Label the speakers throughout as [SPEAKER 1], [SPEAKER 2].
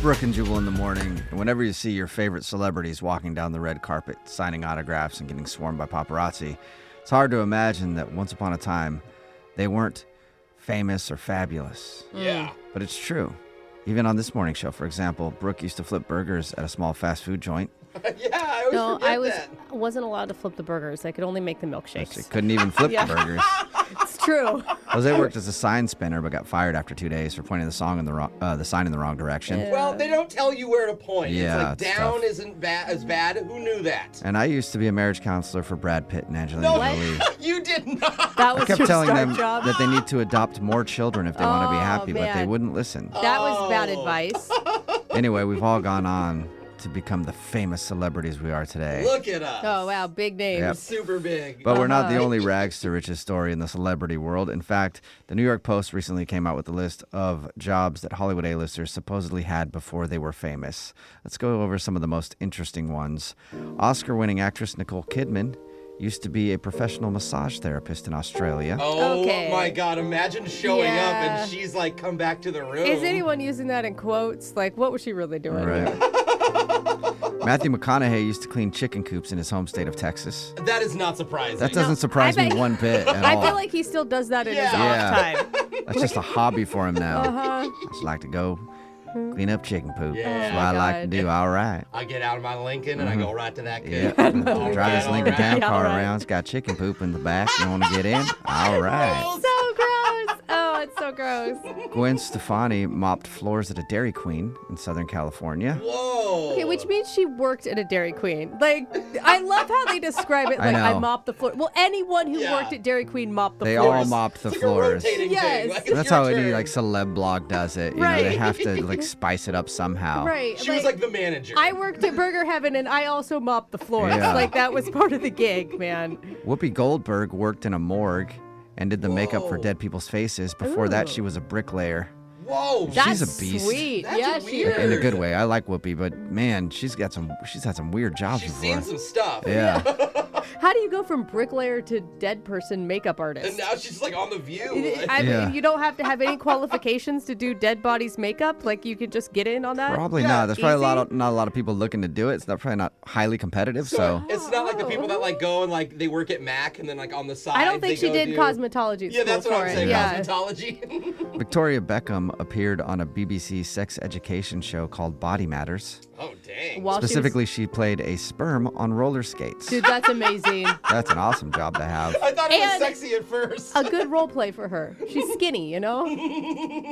[SPEAKER 1] Brooke and Jubal in the morning, and whenever you see your favorite celebrities walking down the red carpet, signing autographs, and getting swarmed by paparazzi, it's hard to imagine that once upon a time they weren't famous or fabulous.
[SPEAKER 2] Yeah.
[SPEAKER 1] But it's true. Even on this morning show, for example, Brooke used to flip burgers at a small fast food joint.
[SPEAKER 2] yeah, I always
[SPEAKER 3] No,
[SPEAKER 2] forget
[SPEAKER 3] I was
[SPEAKER 2] that.
[SPEAKER 3] wasn't allowed to flip the burgers. I could only make the
[SPEAKER 1] She
[SPEAKER 3] milkshakes.
[SPEAKER 1] couldn't even flip
[SPEAKER 3] Yeah.
[SPEAKER 1] the burgers.
[SPEAKER 3] It's true.
[SPEAKER 1] Jose worked as a sign spinner but got fired after two days for pointing the song in the wrong, uh, the sign in the wrong direction.
[SPEAKER 2] Well, they don't tell you where to point.
[SPEAKER 1] Yeah,
[SPEAKER 2] it's
[SPEAKER 1] it's
[SPEAKER 2] like down
[SPEAKER 1] tough.
[SPEAKER 2] isn't ba- as bad. Who knew that?
[SPEAKER 1] And I used to be a marriage counselor for Brad Pitt and Angelina
[SPEAKER 2] No,
[SPEAKER 1] Jolie.
[SPEAKER 2] you did not.
[SPEAKER 3] That
[SPEAKER 1] I
[SPEAKER 3] was
[SPEAKER 1] kept
[SPEAKER 3] your
[SPEAKER 1] telling
[SPEAKER 3] star
[SPEAKER 1] them
[SPEAKER 3] job.
[SPEAKER 1] that they need to adopt more children if they want to be
[SPEAKER 3] Oh,
[SPEAKER 1] happy, but they
[SPEAKER 3] man.
[SPEAKER 1] wouldn't listen.
[SPEAKER 3] That was bad
[SPEAKER 2] Oh.
[SPEAKER 3] advice.
[SPEAKER 1] Anyway, we've all gone on to become the famous celebrities we are today.
[SPEAKER 2] Look at us.
[SPEAKER 3] Oh wow, big
[SPEAKER 1] Yep.
[SPEAKER 3] names.
[SPEAKER 2] Super big.
[SPEAKER 1] But we're not the only rags to riches story in the celebrity world. In fact, the New York Post recently came out with a list of jobs that Hollywood A-listers supposedly had before they were famous. Let's go over some of the most interesting ones. Oscar-winning actress Nicole Kidman used to be a professional massage therapist in Australia.
[SPEAKER 2] Oh
[SPEAKER 3] Okay.
[SPEAKER 2] my God! Imagine showing up
[SPEAKER 3] Yeah.
[SPEAKER 2] and she's like, "Come back to the room."
[SPEAKER 3] Is anyone using that in quotes? Like, what was she really doing?
[SPEAKER 1] Right. Matthew McConaughey used to clean chicken coops in his home state of Texas.
[SPEAKER 2] That is not surprising.
[SPEAKER 1] That doesn't surprise
[SPEAKER 3] I
[SPEAKER 1] me
[SPEAKER 3] bet-
[SPEAKER 1] one bit at
[SPEAKER 3] I
[SPEAKER 1] all.
[SPEAKER 3] feel like he still does that in his
[SPEAKER 2] Yeah.
[SPEAKER 1] Yeah.
[SPEAKER 3] off time.
[SPEAKER 1] That's just a hobby for him now.
[SPEAKER 3] Uh-huh.
[SPEAKER 1] I just like to go clean up chicken poop. That's
[SPEAKER 2] Yeah.
[SPEAKER 1] what I
[SPEAKER 3] Oh my
[SPEAKER 1] like to
[SPEAKER 3] God.
[SPEAKER 1] do. All right.
[SPEAKER 2] I get out of my Lincoln and I go right to that
[SPEAKER 1] Mm-hmm. Yeah.
[SPEAKER 2] kid. All
[SPEAKER 1] Drive
[SPEAKER 2] right,
[SPEAKER 1] this
[SPEAKER 2] all
[SPEAKER 1] Lincoln
[SPEAKER 2] right.
[SPEAKER 1] Town
[SPEAKER 3] Yeah,
[SPEAKER 1] car
[SPEAKER 3] all right.
[SPEAKER 1] around. It's got chicken poop in the back. You want to get in? All right.
[SPEAKER 3] so gross. Oh, it's so gross.
[SPEAKER 1] Gwen Stefani mopped floors at a Dairy Queen in Southern California.
[SPEAKER 2] Whoa.
[SPEAKER 3] Okay, which means she worked at a Dairy Queen. Like, I love how they describe it.
[SPEAKER 1] I
[SPEAKER 3] Like, I,
[SPEAKER 1] know.
[SPEAKER 3] mopped the floor. Well, anyone who
[SPEAKER 2] Yeah.
[SPEAKER 3] worked at Dairy Queen mopped the
[SPEAKER 1] They
[SPEAKER 3] floors.
[SPEAKER 1] all mopped the
[SPEAKER 2] It's like a
[SPEAKER 1] floors.
[SPEAKER 2] rotating
[SPEAKER 3] Yes.
[SPEAKER 2] thing. Like, it's
[SPEAKER 1] That's
[SPEAKER 2] your
[SPEAKER 1] how any
[SPEAKER 2] turn.
[SPEAKER 1] like celeb blog does it. You know, they
[SPEAKER 3] Right.
[SPEAKER 1] have to like spice it up somehow.
[SPEAKER 3] Right.
[SPEAKER 2] She was like the manager.
[SPEAKER 3] I worked at Burger Heaven and I also mopped the floors.
[SPEAKER 1] Yeah.
[SPEAKER 3] Like that was part of the gig, man.
[SPEAKER 1] Whoopi Goldberg worked in a morgue and did the makeup for
[SPEAKER 2] Whoa.
[SPEAKER 1] dead people's faces. Before that,
[SPEAKER 3] Ooh.
[SPEAKER 1] she was a bricklayer.
[SPEAKER 2] Whoa.
[SPEAKER 3] That's
[SPEAKER 1] She's a beast.
[SPEAKER 3] sweet.
[SPEAKER 2] That's
[SPEAKER 3] yeah,
[SPEAKER 2] weird.
[SPEAKER 3] she
[SPEAKER 1] In a good way. I like Whoopi, but man, she's got some. She's had some weird jobs
[SPEAKER 2] she's
[SPEAKER 1] before.
[SPEAKER 2] seen some stuff.
[SPEAKER 1] yeah.
[SPEAKER 3] How do you go from bricklayer to dead person makeup
[SPEAKER 2] And
[SPEAKER 3] artist?
[SPEAKER 2] now she's like on the View.
[SPEAKER 3] I-
[SPEAKER 2] Like,
[SPEAKER 3] I mean,
[SPEAKER 1] Yeah.
[SPEAKER 3] you don't have to have any qualifications to do dead bodies makeup. Like you could just get in on that.
[SPEAKER 1] Probably
[SPEAKER 2] Yeah,
[SPEAKER 1] not. There's probably a lot
[SPEAKER 3] easy.
[SPEAKER 1] of not a lot of people looking to do it. It's not probably not highly competitive. So
[SPEAKER 2] it's not like the people that like go and like they work at Mac and then like on the side.
[SPEAKER 3] I don't think
[SPEAKER 2] they
[SPEAKER 3] she
[SPEAKER 2] go
[SPEAKER 3] did
[SPEAKER 2] do-
[SPEAKER 3] cosmetology. at
[SPEAKER 2] Yeah, that's
[SPEAKER 3] school
[SPEAKER 2] what
[SPEAKER 3] for
[SPEAKER 2] I'm
[SPEAKER 3] it.
[SPEAKER 2] saying.
[SPEAKER 3] Yeah.
[SPEAKER 2] Cosmetology.
[SPEAKER 1] Victoria Beckham appeared on a BBC sex education show called Body Matters.
[SPEAKER 2] oh dang.
[SPEAKER 3] While she was-
[SPEAKER 1] Specifically, she played a sperm on roller skates.
[SPEAKER 3] dude, that's amazing.
[SPEAKER 1] That's an awesome job to have.
[SPEAKER 2] I thought it was
[SPEAKER 3] And-
[SPEAKER 2] sexy at first.
[SPEAKER 3] A good role play for her. She's skinny, you know.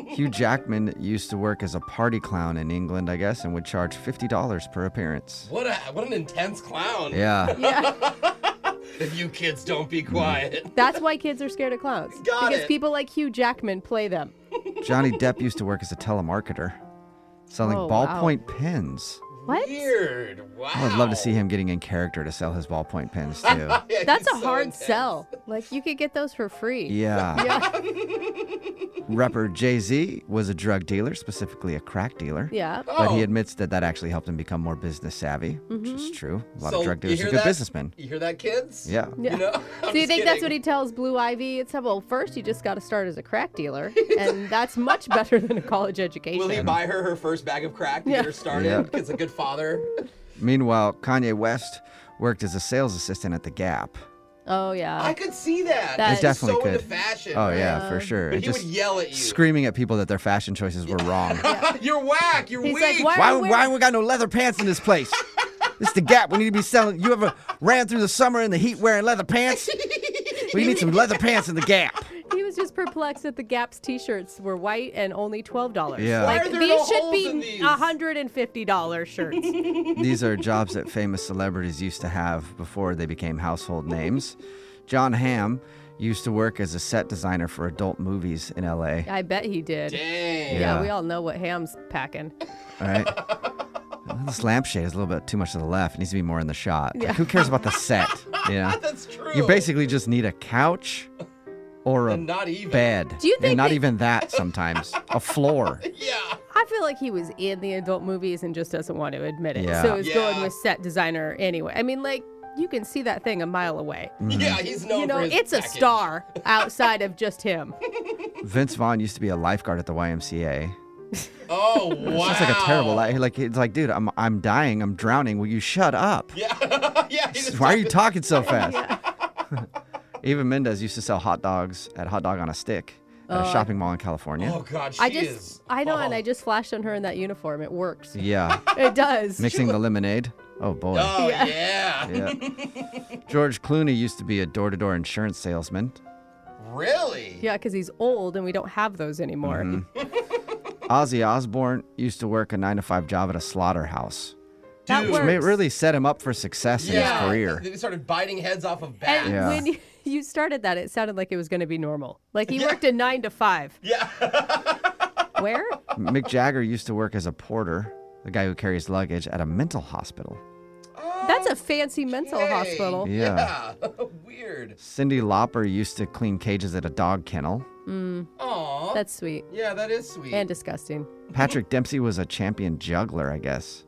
[SPEAKER 1] Hugh Jackman used to work as a party clown in England, I guess, and would charge $50 per appearance.
[SPEAKER 2] What a what an intense clown.
[SPEAKER 1] Yeah.
[SPEAKER 3] Yeah.
[SPEAKER 2] If you kids don't be quiet.
[SPEAKER 3] That's why kids are scared of clowns.
[SPEAKER 2] Got
[SPEAKER 3] because
[SPEAKER 2] it.
[SPEAKER 3] people like Hugh Jackman play them.
[SPEAKER 1] Johnny Depp used to work as a telemarketer, selling
[SPEAKER 3] Oh, wow.
[SPEAKER 1] ballpoint pens.
[SPEAKER 3] What?
[SPEAKER 2] Weird. Wow.
[SPEAKER 1] I would love to see him getting in character to sell his ballpoint pens, too.
[SPEAKER 2] Yeah,
[SPEAKER 3] That's a
[SPEAKER 2] he's so
[SPEAKER 3] hard
[SPEAKER 2] intense.
[SPEAKER 3] sell. Like you could get those for free.
[SPEAKER 1] Yeah.
[SPEAKER 3] Yeah.
[SPEAKER 1] Rapper Jay Z was a drug dealer, specifically a crack dealer.
[SPEAKER 3] Yeah.
[SPEAKER 1] But he
[SPEAKER 2] Oh.
[SPEAKER 1] admits that that actually helped him become more business savvy, which is true. A lot
[SPEAKER 2] So,
[SPEAKER 1] of drug
[SPEAKER 2] you
[SPEAKER 1] dealers
[SPEAKER 2] hear
[SPEAKER 1] are good
[SPEAKER 2] that?
[SPEAKER 1] businessmen.
[SPEAKER 2] You hear that, kids?
[SPEAKER 1] Yeah.
[SPEAKER 3] Yeah.
[SPEAKER 2] You know? I'm
[SPEAKER 3] So
[SPEAKER 2] just
[SPEAKER 3] you think that's
[SPEAKER 2] kidding.
[SPEAKER 3] what he tells Blue Ivy? It's well, first you just got to start as a crack dealer, and that's much better than a college education.
[SPEAKER 2] Will he buy her her first bag of crack to
[SPEAKER 3] Yeah.
[SPEAKER 2] get her started?
[SPEAKER 1] Yeah.
[SPEAKER 2] Because a good father.
[SPEAKER 1] Meanwhile, Kanye West worked as a sales assistant at The Gap.
[SPEAKER 3] oh yeah.
[SPEAKER 2] I could see that.
[SPEAKER 3] That- It
[SPEAKER 2] He's
[SPEAKER 1] definitely
[SPEAKER 2] so into
[SPEAKER 1] could.
[SPEAKER 2] fashion.
[SPEAKER 1] Oh,
[SPEAKER 2] right?
[SPEAKER 1] yeah, for sure.
[SPEAKER 2] But
[SPEAKER 1] And
[SPEAKER 2] he would
[SPEAKER 1] just
[SPEAKER 2] yell at you.
[SPEAKER 1] screaming at people that their fashion choices were wrong.
[SPEAKER 2] You're whack. You're
[SPEAKER 3] He's
[SPEAKER 2] weak.
[SPEAKER 3] like, why-
[SPEAKER 1] Why,
[SPEAKER 3] Are we-
[SPEAKER 1] why we got no leather pants in this place? this the gap. We need to be selling. You ever ran through the summer in the heat wearing leather pants? we need some leather pants in the gap.
[SPEAKER 3] He was just perplexed that the Gap's T-shirts were white and only twelve dollars.
[SPEAKER 1] Yeah. Why
[SPEAKER 3] Like
[SPEAKER 2] are there
[SPEAKER 3] these
[SPEAKER 2] no
[SPEAKER 3] should
[SPEAKER 2] holes in
[SPEAKER 3] be
[SPEAKER 2] these?
[SPEAKER 3] hundred and fifty dollars shirts.
[SPEAKER 1] These are jobs that famous celebrities used to have before they became household names. John Hamm used to work as a set designer for adult movies in LA.
[SPEAKER 3] I bet he did.
[SPEAKER 2] Dang.
[SPEAKER 3] Yeah,
[SPEAKER 1] Yeah.
[SPEAKER 3] we all know what Ham's packing.
[SPEAKER 1] All right. Well, This lampshade is a little bit too much to the left. It needs to be more in the shot. Like, who cares about the set? You know?
[SPEAKER 2] That's true.
[SPEAKER 1] You basically just need a couch or a
[SPEAKER 2] And not even.
[SPEAKER 1] bed.
[SPEAKER 3] Do you
[SPEAKER 1] and
[SPEAKER 3] think
[SPEAKER 1] not
[SPEAKER 3] that-
[SPEAKER 1] even that sometimes. A floor.
[SPEAKER 2] Yeah.
[SPEAKER 3] I feel like he was in the adult movies and just doesn't want to admit it.
[SPEAKER 1] Yeah.
[SPEAKER 3] So he's going
[SPEAKER 2] Yeah.
[SPEAKER 3] with set designer anyway. I mean, like, you can see that thing a mile away.
[SPEAKER 1] Mm.
[SPEAKER 2] Yeah, he's known
[SPEAKER 3] You
[SPEAKER 2] for
[SPEAKER 3] know,
[SPEAKER 2] his
[SPEAKER 3] it's a
[SPEAKER 2] package.
[SPEAKER 3] star outside of just him.
[SPEAKER 1] Vince Vaughn used to be a lifeguard at the YMCA.
[SPEAKER 2] Oh wow.
[SPEAKER 1] It's just like a terrible li- Like it's like, dude, I'm I'm dying. I'm drowning. Will you shut up?
[SPEAKER 2] Yeah. yeah. he just-
[SPEAKER 1] Why are you talking so fast? Eva Mendez used to sell hot dogs at Hot Dog on a Stick at a shopping mall in California.
[SPEAKER 2] Oh god. She
[SPEAKER 3] I just,
[SPEAKER 2] Is,
[SPEAKER 3] I know, and
[SPEAKER 2] oh.
[SPEAKER 3] I just flashed on her in that uniform. It works.
[SPEAKER 1] Yeah,
[SPEAKER 3] It does.
[SPEAKER 1] mixing the lemonade. Oh boy.
[SPEAKER 2] Oh yeah.
[SPEAKER 1] Yeah. George Clooney used to be a door-to-door insurance salesman.
[SPEAKER 2] Really?
[SPEAKER 3] Yeah, because he's old and we don't have those anymore.
[SPEAKER 1] Mm-hmm. Ozzy Osbourne used to work a nine-to-five job at a slaughterhouse,
[SPEAKER 3] That
[SPEAKER 2] Dude.
[SPEAKER 1] which may
[SPEAKER 3] works.
[SPEAKER 1] really set him up for success in
[SPEAKER 2] Yeah.
[SPEAKER 1] his career.
[SPEAKER 2] They started biting heads off of bats.
[SPEAKER 3] And
[SPEAKER 1] Yeah.
[SPEAKER 3] when you- you started that, it sounded like it was going to be normal. Like he worked a nine to five.
[SPEAKER 2] Yeah.
[SPEAKER 3] Where?
[SPEAKER 1] Mick Jagger used to work as a porter, the guy who carries luggage at a mental hospital.
[SPEAKER 3] That's a fancy mental
[SPEAKER 2] Okay.
[SPEAKER 3] hospital.
[SPEAKER 1] Yeah.
[SPEAKER 2] Yeah. Weird.
[SPEAKER 1] Cindy Lauper used to clean cages at a dog kennel.
[SPEAKER 2] Aw.
[SPEAKER 3] That's sweet
[SPEAKER 2] yeah, that is sweet.
[SPEAKER 3] and disgusting.
[SPEAKER 1] Patrick Dempsey was a champion juggler, I guess.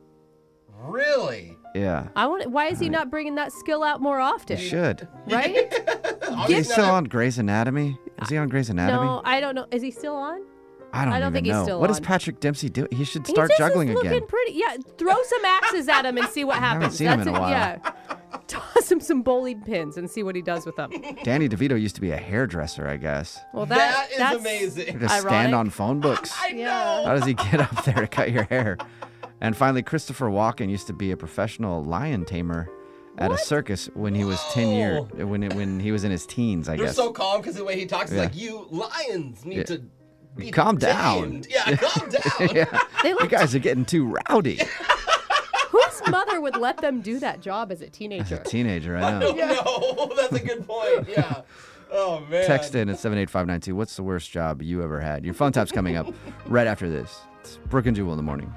[SPEAKER 2] really?
[SPEAKER 1] Yeah.
[SPEAKER 3] I want. Why is he not bringing that skill out more often?
[SPEAKER 1] He should.
[SPEAKER 3] Right?
[SPEAKER 1] Is he still on Grey's Anatomy? Is he on Grey's Anatomy?
[SPEAKER 3] no, I don't know. Is he still on?
[SPEAKER 1] I don't,
[SPEAKER 3] I don't
[SPEAKER 1] even
[SPEAKER 3] think he's
[SPEAKER 1] know.
[SPEAKER 3] still
[SPEAKER 1] what does
[SPEAKER 3] on.
[SPEAKER 1] Patrick Dempsey do? He should start
[SPEAKER 3] He's just-
[SPEAKER 1] juggling
[SPEAKER 3] he's looking
[SPEAKER 1] again.
[SPEAKER 3] pretty. Yeah, throw some axes at him and see what
[SPEAKER 1] haven't
[SPEAKER 3] happens.
[SPEAKER 1] seen him in a
[SPEAKER 3] it,
[SPEAKER 1] while.
[SPEAKER 3] Yeah. Toss him some bowling pins and see what he does with them.
[SPEAKER 1] Danny DeVito used to be a hairdresser, I guess.
[SPEAKER 3] Well,
[SPEAKER 2] That
[SPEAKER 3] that,
[SPEAKER 2] is
[SPEAKER 3] that's,
[SPEAKER 1] Or
[SPEAKER 2] amazing.
[SPEAKER 1] just stand
[SPEAKER 3] Ironic.
[SPEAKER 1] on phone books.
[SPEAKER 2] I
[SPEAKER 3] Yeah.
[SPEAKER 2] know.
[SPEAKER 1] How does he get up there to cut your hair? And finally, Christopher Walken used to be a professional lion tamer at a circus when he was ten year
[SPEAKER 2] Whoa.
[SPEAKER 1] when it, when he was in his teens, I
[SPEAKER 2] You're
[SPEAKER 1] guess.
[SPEAKER 2] so calm because the way he talks is
[SPEAKER 1] Yeah.
[SPEAKER 2] like, you lions need to be
[SPEAKER 1] Calm down."
[SPEAKER 2] tamed." Yeah, calm down.
[SPEAKER 1] yeah.
[SPEAKER 3] They
[SPEAKER 1] You
[SPEAKER 3] look,
[SPEAKER 1] guys are getting too rowdy.
[SPEAKER 3] whose mother would let them do that job as a
[SPEAKER 1] As a
[SPEAKER 3] teenager?
[SPEAKER 1] teenager, I
[SPEAKER 2] I
[SPEAKER 1] know.
[SPEAKER 2] don't know. That's a good point. Yeah. Oh, man.
[SPEAKER 1] Text in at 78592. What's the worst job you ever had? Your phone tap's coming up right after this. It's Brooke and Jewel in the morning.